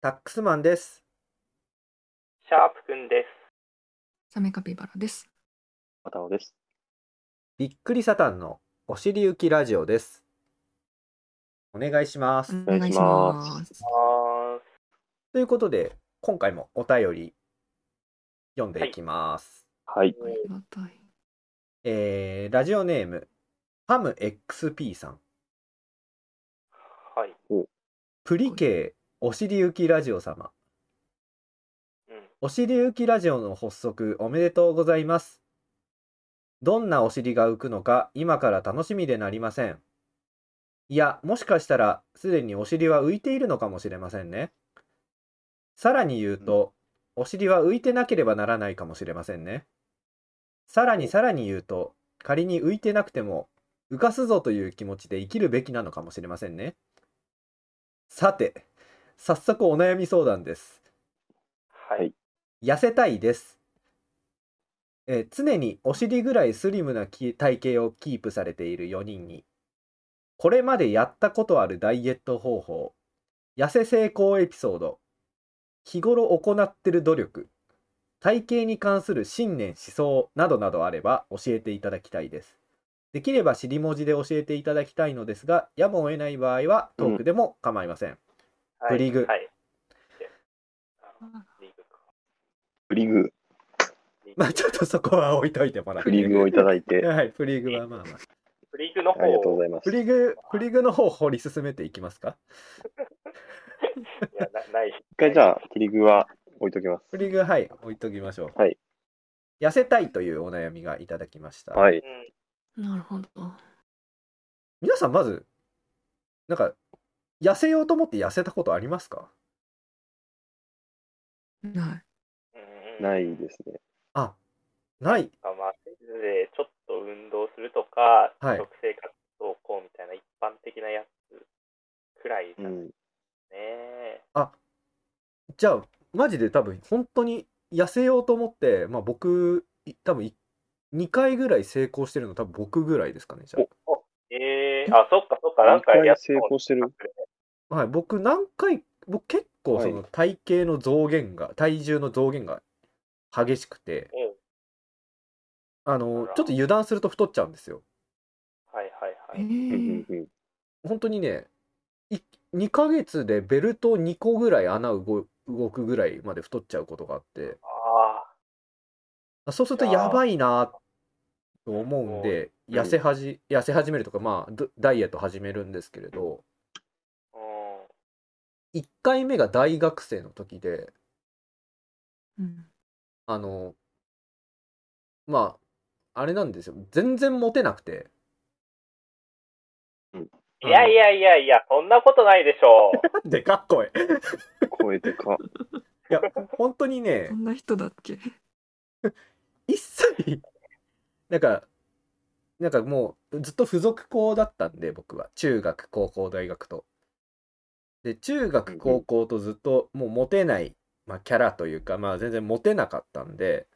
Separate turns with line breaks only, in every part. タックスマンです。
シャープくんです。
サメカピバラです。
またおです。
びっくりサタンのお尻行きラジオです。お願いします。
お
願いします
す。
あー
ということで、今回もお便り読んでいきます。
はい。
ありがたい。
えーラジオネーム、ハム XP さん。
はい。
プリケーお尻行きラジオ様。
うん。
お尻浮きラジオの発足おめでとうございます。どんなお尻が浮くのか今から楽しみでなりません。いや、もしかしたらすでにお尻は浮いているのかもしれませんね。さらに言うと、お尻は浮いてなければならないかもしれませんね。さらにさらに言うと、仮に浮いてなくても、浮かすぞという気持ちで生きるべきなのかもしれませんね。さて、早速お悩み相談です。
は
はいい。
痩せたいです、えー常にお尻ぐらいスリムなき体型をキープされている4人にこれまでやったことあるダイエット方法痩せ成功エピソード日頃行ってる努力体型に関する信念思想などなどあれば教えていただきたいですできれば尻文字で教えていただきたいのですがやむを得ない場合はトークでも構いません、
はい。
ブリグ
はい。
あ
ブリグか
プリグ、
ブリグ
まあちょっとそこは置いといてもらって
プリグをいただい て、あ
はいプリグはまあまあ
ブリグの方
りがとうご
を、
ざいます
プ。リグ、プリグの方を掘り進めていきますか
いや、なない。
一回じ
あ。
ゃあ、プリグは置いときます。
プリグ、はい、置いときましょう。
はい。
痩せたいというお悩みがいただきました。
は
う
い。
ん。
なるほど。
皆さん、まず、なんか、痩せようと思って痩せたことありますか
な
うん、。
ないいですね。
あ、ない。
まあ、せずで、ちょっと運動するとか、
はい
食生活どうこうみたいな一般的なやつくらいで
う
すね。
ん。
あ、じゃあ、マジで多分、本当に痩せようと思って、まあ僕、い多分い、2回ぐらい成功してるの多分僕ぐらいですかね、じゃ
えー、あ、そっかそっか、なん
何
かやっ
回成功してる
あ。はい、僕何回、僕結構その
は
体型の増減が、体重の増減が激しくて、
うん
あ
あ
の
ら
ちょっと油断すると太っちゃうんですよ。
はいはいは
え
い。
うんうん
ー、
うん。
本当にね、い2ヶ月でベルト2個ぐらい穴動動くぐらいまで太っちゃうことがあって、
ああ、
そうすると
いやー
やばいなと思うんで、
うん
痩せはじ、痩せ始めるとか、まあ、どダイエット始めるんですけれど、
うん。
1回目が大学生の時で、
うん
あの、まあ、あれなんですよ、全然モテなくて、
いやいやいやいや、そんなことないでし ょう。
でかっこいい。
超えてか。
いや、本当にね
そ、んな人だっけ。
一切なんかなんかもうずっと付属校だったんで僕は中学高校大学とで中
うんう
学
ん
高校とずっともうモテない、まあ、キャラというかまあ全然モテなかったんで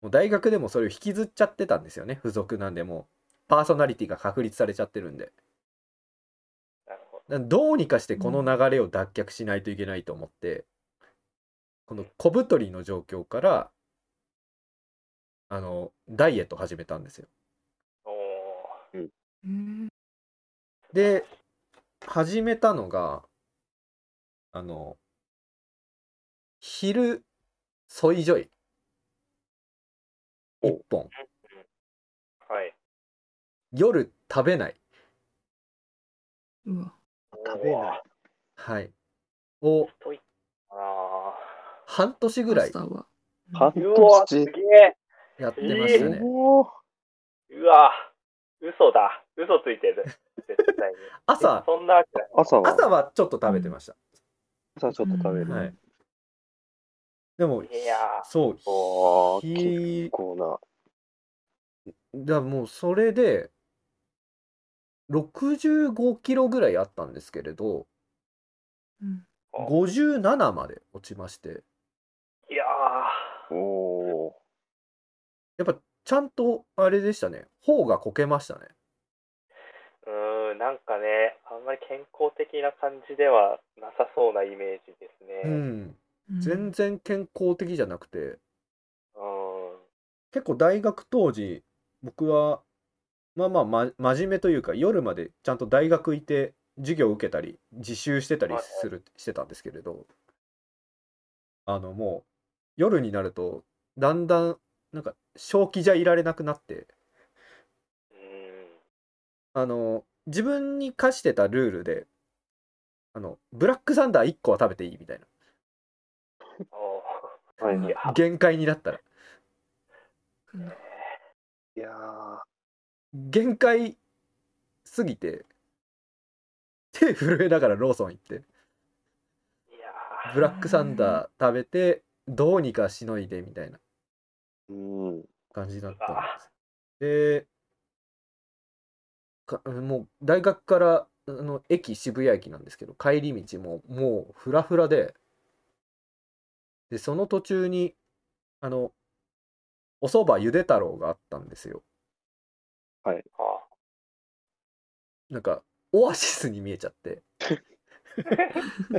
もう大学でもそれを引きずっちゃってたんですよね付属なんでもうパーソナリティが確立されちゃってるんで
なるほど。
だからどうにかしてこの流れを脱却しないといけないと思って、この小太りの状況からあのダイエット始めたんですよ
おー
えー
で始めたのがあの昼ソイジョイ1本
はい。。
夜食べないう
わ。
食べない
はいを
あ
半年ぐらい
パスタは。
半
あ。うわ、す
年。
げえ。
やってましたね、
おー
うわ、嘘だ。嘘ついてる。絶 対に。
朝
そんなわけない。
朝は
朝はちょっと食べてました、
朝ちょっと食べ
う
る
ん。
はいでも
いや
そう
おー
ひ
結構な。
だもうそれで65キロぐらいあったんですけれど
うん
ー
57まで落ちまして
いやー
おー
やっぱちゃんとあれでしたね。頬がこけましたね。
うーん、なんかね、あんまり健康的な感じではなさそうなイメージですね。
う
うん。
ん、全然健康的じゃなくて結構大学当時僕はまあまあ、ま、真面目というか夜までちゃんと大学行って授業受けたり自習してたりするしてたんですけれどあのもう夜になるとだんだんなんか正気じゃいられなくなって
うん。
あの自分に課してたルールであのブラックサンダー1個は食べていいみたいな
お
はい
うん
ーいや、
限界になったら
うん
いやー
限界すぎて手震えながらローソン行って
いや
ブラックサンダー食べてどうにかしのいでみたいな
うん。
感じだったんです。でかもう大学からあの駅渋谷駅なんですけど帰り道ももうフラフラででその途中にあのおそばゆで太郎があったんですよ。
あ
なんかオアシスに見えちゃって。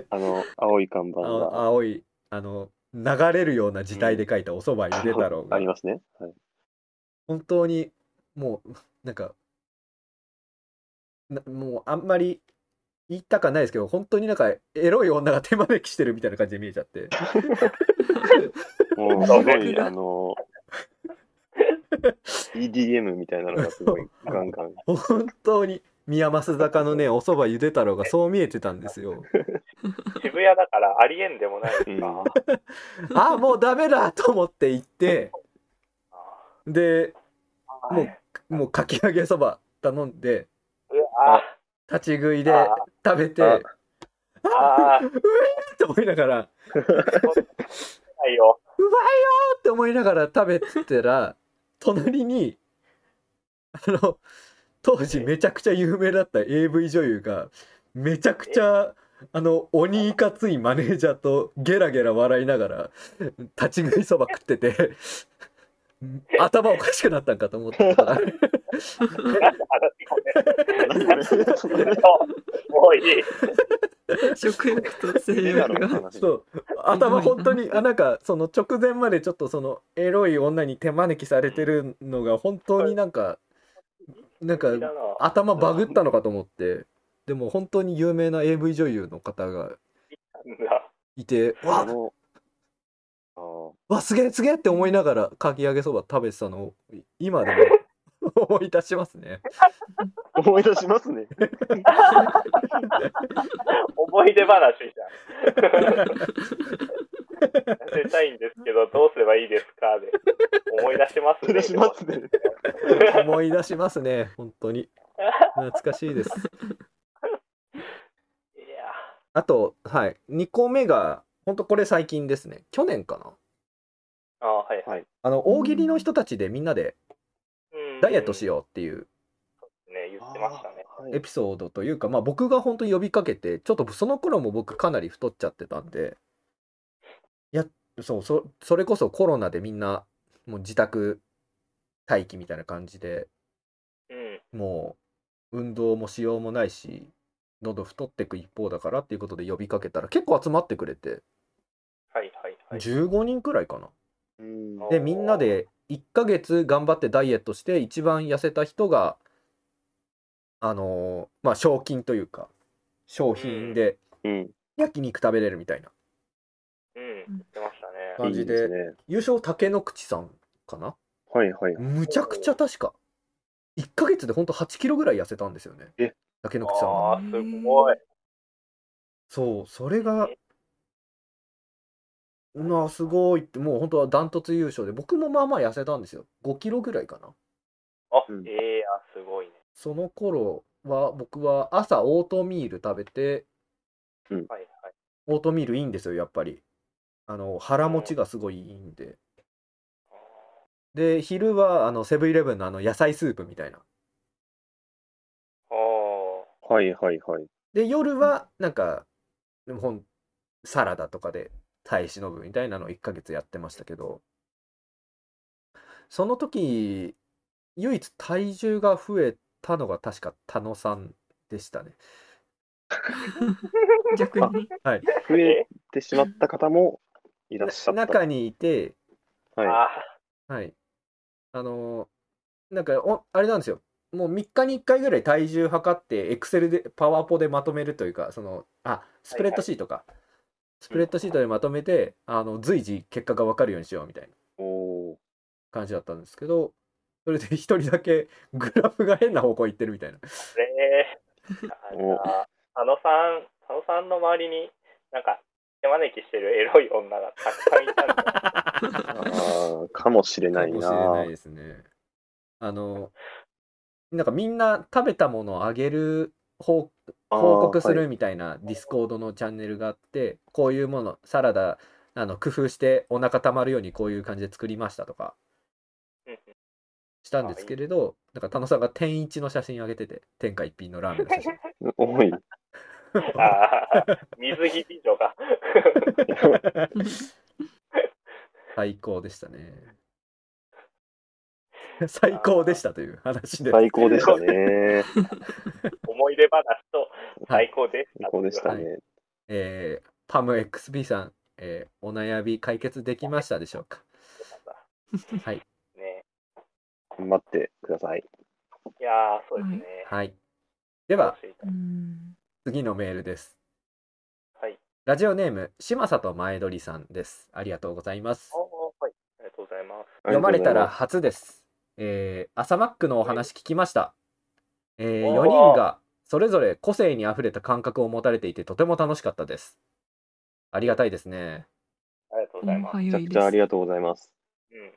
あの、青い看板
あの
が
青いあの流れるような字体で書いたおそばゆで太郎
あ
が
りますね。はい。
本当にもうなんかなもうあんまり言いたかないですけど本当になんかエロい女が手招きしてるみたいな感じで見えちゃって
もう、すごい、
うん
あの、EDM みたいなのがすごい、ガンガン。
本当に宮益坂 のねおそばゆで太郎がそう見えてたんですよ。
渋谷だからありえんでもないです
う
か。
ん
あ
あもうダメだと思って行ってで
ー
もうもうかき揚げそば頼んで
うわ
立ち食いで食べて
あ
ーあー、
と思いながら。
ないよ。
うまいよーって思いながら食べてたら隣にあの当時めちゃくちゃ有名だった AV 女優がめちゃくちゃあの鬼いかついマネージャーとゲラゲラ笑いながら立ち食いそば食ってて頭おかしくなったんかと思ったことがある
なんで話
そ
がね。もういい。
食欲と性
れだ
欲
ろ
が。
話
そう頭本当にあなんかその直前までちょっとそのエロい女に手招きされてるのが本当になんかなんか
だな
頭バグったのかと思ってでも本当に有名な AV 女優の方が
なんだ
いて
あ
わ
の、あー
わすげえすげえって思いながらかき揚げそば食べてたのをい今でも 思い出しますね
思い出しますね。
思い出話じゃん。痩せたいんですけど、どうすればいいですかで。思い出します
思い出しますね。
思い出しますね本当に懐かしいです
いや
あとはい2個目が本当これ最近ですね去年かな
ー。あーはい。
あの大喜利の人たちでみんなで
うん
ダイエットしようっていう
ね、言ってましたね。
あーはい
エピソードというかまあ僕が本当に呼びかけてちょっとその頃も僕かなり太っちゃってたんでいやそうそそれこそコロナでみんなもう自宅待機みたいな感じで
うん。
もう運動もしようもないしどんどん太っていく一方だからっていうことで呼びかけたら結構集まってくれて
はいはいはい。
15人くらいかな。
うん
あ
でみんなで1ヶ月頑張ってダイエットして一番痩せた人があのーまあ賞金というか賞品で
うん。
焼肉食べれるみたいな
うん。言ってましたね。
感じで
いいすね
優勝竹野口さんかな
はいはい。
むちゃくちゃ確か1ヶ月でほんと8キロぐらい痩せたんですよね
え
竹野口さんは
ああー、すごい。
そうそれがなあすごいってもう本当はダントツ優勝で僕もまあまあ痩せたんですよ5キロぐらいかな
あ、
うん
ええ、あ、すごいね。
その頃は僕は朝オートミール食べて
はいはい。
オートミールいいんですよやっぱりあの腹持ちがすごいいいんでで昼はあのセブンイレブンのあの野菜スープみたいな
ああ。
はいはいはい。
で夜はなんかでもほんサラダとかで耐え忍ぶみたいなのを1ヶ月やってましたけどその時唯一体重が増えたのが確か田野さんでしたね。
逆に。
はい。
増えてしまった方もいらっしゃった。
中にいて、
は。
あ
はい。あのーなんかお、あれなんですよ。もう3日に1回ぐらい体重測って、エクセルで、パワポでまとめるというか、その、あ、スプレッドシートか。スプレッドシートでまとめて、あの随時結果が分かるようにしようみたいない
おー
感じだったんですけど、それで1人だけグラフが変な方向行ってるみたいな。
それなんか佐野さん佐野さんの周りになんか手招きしてるエロい女がたくさんいたん で
あーかもしれないな。
かもしれないですね。あの、なんかみんな食べたものをあげる報
あー
報告す
は
る
い
みたいなディスコードのチャンネルがあって、こういうもの、サラダ、あの工夫してお腹たまるようにこういう感じで作りましたとか
うんうん
したんですけれど、なんか田野さんが天一の写真上げてて、天下一品のラーメンの写真。
多い。
あー水着美女が
最高でしたね。最高でしたという話で。
最高でしたね。
思い出話と
はい
最高でした
最高でしたね。
えーパム XB さん、えーお悩み解決できましたでしょうかはい、
ね
頑張ってください。
いやーそうですね、
はい、では
うん
次のメールです
はい
ラジオネーム島里前鳥さんですありがとうございます
あーはいありがとうございます
読まれたら
あ
初です、えー朝マックのお話聞きました、え
おー
4人がそれぞれ個性にあふれた感覚を持たれていてとても楽しかったですありがたいですね
ありがとう
お
ございます、
りがとう
早
ございます。めちゃ
い
く
で
ちゃあ
す
り。がとうございます。
うん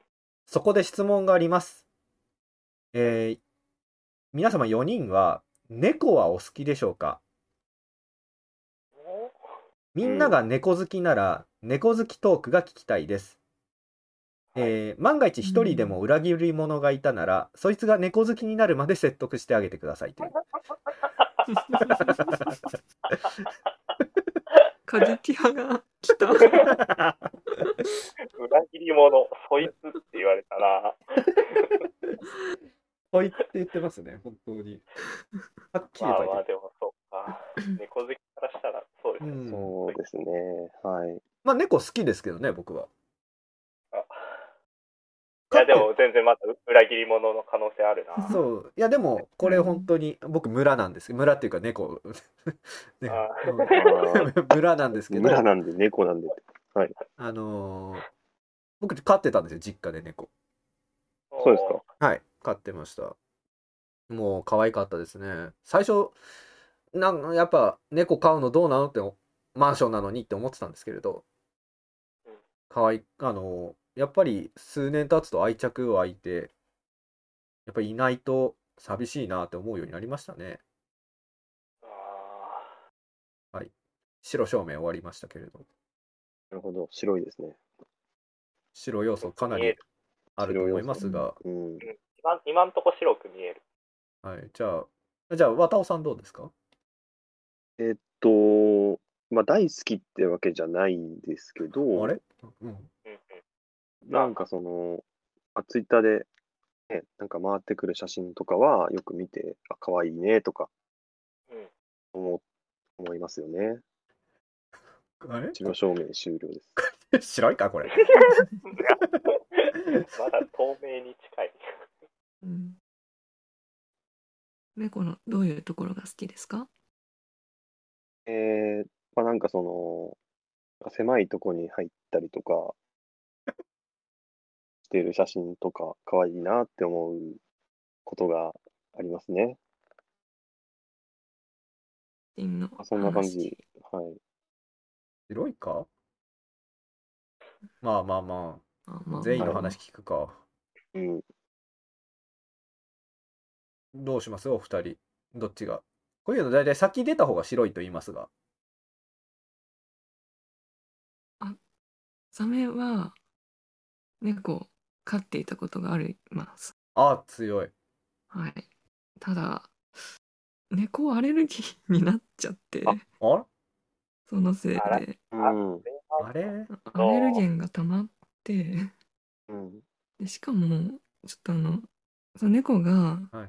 そこで質問があります。えー皆様4人は猫はお好きでしょうか
お
みんなが猫好きなら猫好きトークが聞きたいです。えー万が一1人でも裏切り者がいたなら、そいつが猫好きになるまで説得してあげてくださいと いう。
過激派が来た。
裏切り者そいつって言われたら
こいって言ってますね、本当に。はっき
まあまあでもそうか猫好きからしたらそうですね、
うん
そうですね。 はい。
まあ猫好きですけどね、僕は。
あいやでも全然まだ裏切り者の可能性あるな。う
そういやでもこれ本当に僕村なんです村っていうか猫 ね
あ
うん 村なんですけど
村なんで猫なんで。
あのー僕飼ってたんですよ実家で猫
そうですか。
はい飼ってましたもう可愛かったですね最初なんかやっぱ猫飼うのどうなのってマンションなのにって思ってたんですけれど
うん
可愛いあのーやっぱり数年経つと愛着湧いてやっぱりいないと寂しいなって思うようになりましたね
あ
白照明終わりましたけれど
なるほど。白いですね。
白要素かなりあると思いますが、
うん。
ー今今んとこ白く見える。
はい、じゃあじゃあ渡尾さんどうですか
えっと、まあ大好きってわけじゃないんですけど、
あれ、うん、
うんうん、
なんかその、あツイッターで、ね、なんか回ってくる写真とかはよく見て、あ、可愛いねとか
うん
思,、思いますよね。
あれ
白証明終了です。
白いか これ
まだ透明に近い。
うん猫のどういうところが好きですか？
えー、まあなんかその、なんか狭いとこに入ったりとか、してる写真とか、可愛いなって思うことがありますね。
犬の
あそんな感
話
じ。はい。
白いかまあまあま
あま
あ
あ
全員の話聞くか
うん。
どうしますお二人どっちがこういうの大体先出た方が白いと言いますが
サメは猫を飼っていたことがあります。
ああ強い
はい。ただ、猫アレルギーになっちゃって、
あ
あ
そのせいで、
あ
うん。
あれ
アレルゲンが溜まって、
うん。
でしかも、ちょっとあの、その猫が、
はい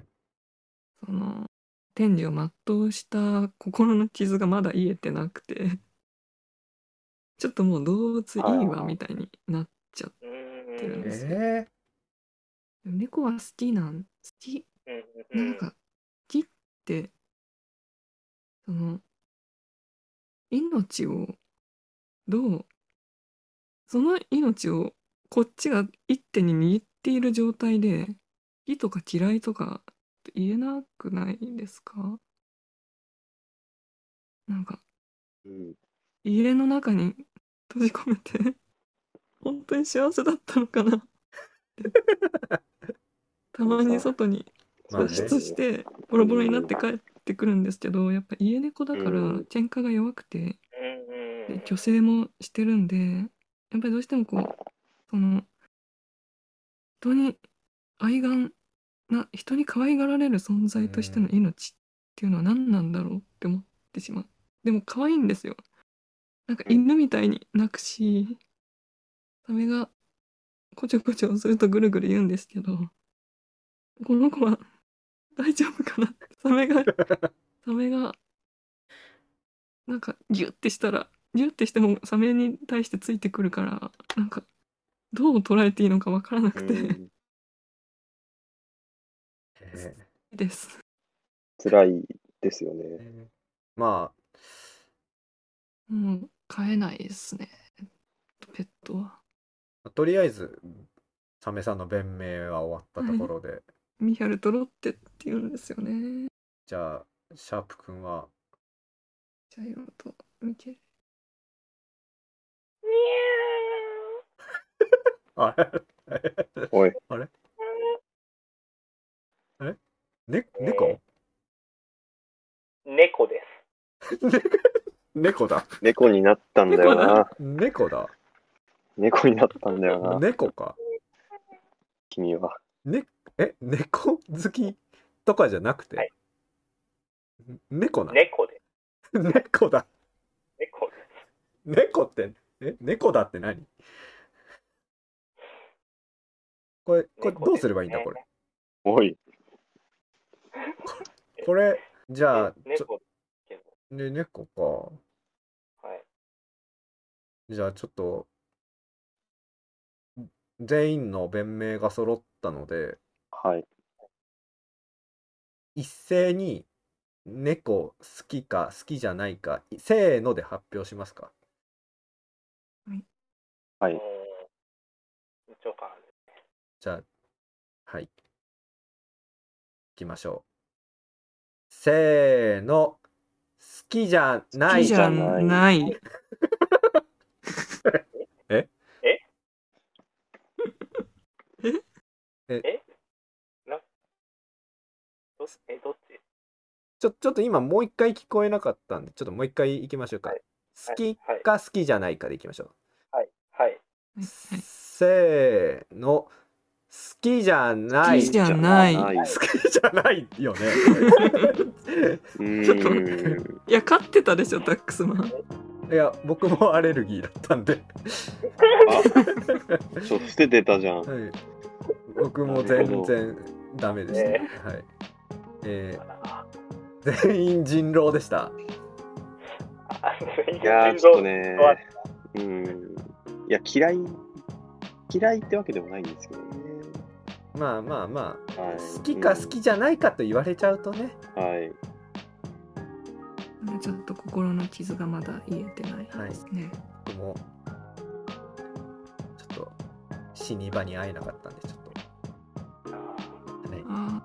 その、天理を全うした心の傷がまだ癒えてなくて、ちょっともう動物いい
はいはい
わみたいになっちゃう。
う
え
ん。
ー、
猫は好きなん、好き、
う
なん
ん。
か、好きって、その、命を、どう、その命を、こっちが一手に握っている状態で、好きとか嫌いとか言えなくないですかなんか、
うん。
家の中に閉じ込めて、本当に幸せだったのかなって。たまに外に
まあね
露出してボロボロになって帰ってくるんですけどやっぱ家猫だから
うん
喧嘩が弱くて
うん。
で虚勢もしてるんでやっぱりどうしてもこうその人に愛玩な人に可愛がられる存在としての命っていうのは何なんだろうって思ってしまうでも可愛いんですよなんか犬みたいに鳴くしサメがこちょこちょするとぐるぐる言うんですけどこの子は大丈夫かなってサメがサメがなんかギュッてしたらギュッてしてもサメに対してついてくるからなんかどう捉えていいのかわからなくて、
うん
え
です。
辛いですよね。
ーまあ、
もう飼えないですねペットは。
とりあえず、サメさんの弁明は終わったところで、
ミヒャルとロッテって言うんですよね。
じゃあ、シャープくんは、
茶色とミケル。
あれ
おい、
ね、 猫
猫です。
猫だ。
猫になったんだよな。
猫だ。
猫になったんだよな、
猫か。
君は。
ね、え、猫好きとかじゃなくて、
はい
ん猫なの、
猫です。
猫だ。
猫です。
猫って、え、猫だって何これ、これ
猫ですね
どうすればいいんだ、これ。
おい、
これ、じゃあ、ちょ
猫ですけど。
ね、猫か。
はい。
じゃあちょっと全員の弁明が揃ったので
はい。
一斉に猫好きか好きじゃないかせーので発表しますか
は
う
い
ん。。緊張感ある。
じゃあはい行きましょうせーの好きじゃな
好
い
きじゃん
ない。
どっちえ、どっち
ちょちょっと今もう一回聞こえなかったんでちょっともう一回行きましょうか、
は
好き
はい。
か好きじゃないかでいきましょう
はい。はい。
せーの好きじゃな
はい
い
好きじゃない
好きじゃ
好きじゃないよね
う
ちょっと待
ーん。
いや飼ってたでしょダックスマン。
いや僕もアレルギーだったんで、
あ、ちょっと捨ててたじゃん。
はい、僕も全然ダメでした、
ね
はいえ
あ
ー全員人狼でした
あ
いやー、ちょっと。ね
心臓は。
うん。いや、嫌い、嫌いってわけでもないんですけどね。
まあまあまあ
はい、
好きか好きじゃないかと言われちゃうとね、
うん、はい。
ちょっと心の傷がまだ癒えてないですね。
僕もちょっと死に場に会えなかったんでちょっと、はい
あ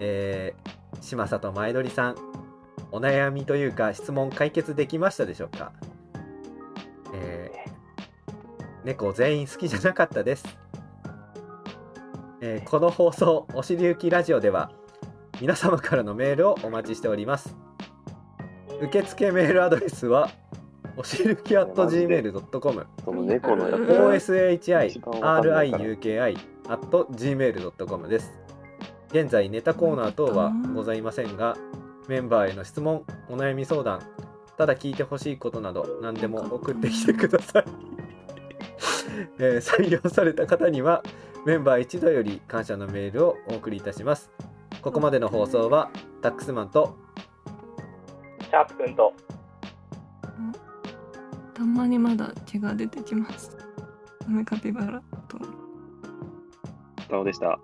えー、嶋佐と前鳥さんお悩みというか質問解決できましたでしょうか、えー猫全員好きじゃなかったです、えーこの放送「おしりゆきラジオ」では皆様からのメールをお待ちしております受付メールアドレスはおしりゆき .gmail.com
その猫のやつが oshiriuki.gmail.com
です。現在ネタコーナー等はございませんが、メンバーへの質問、お悩み相談、ただ聞いてほしいことなど何でも送ってきてください。 えー採用された方にはメンバー一度より感謝のメールをお送りいたします。ここまでの放送はタックスマンと
シャープくんと
たまにまだ毛が出てきます。ダメカピバラと。
タオでした。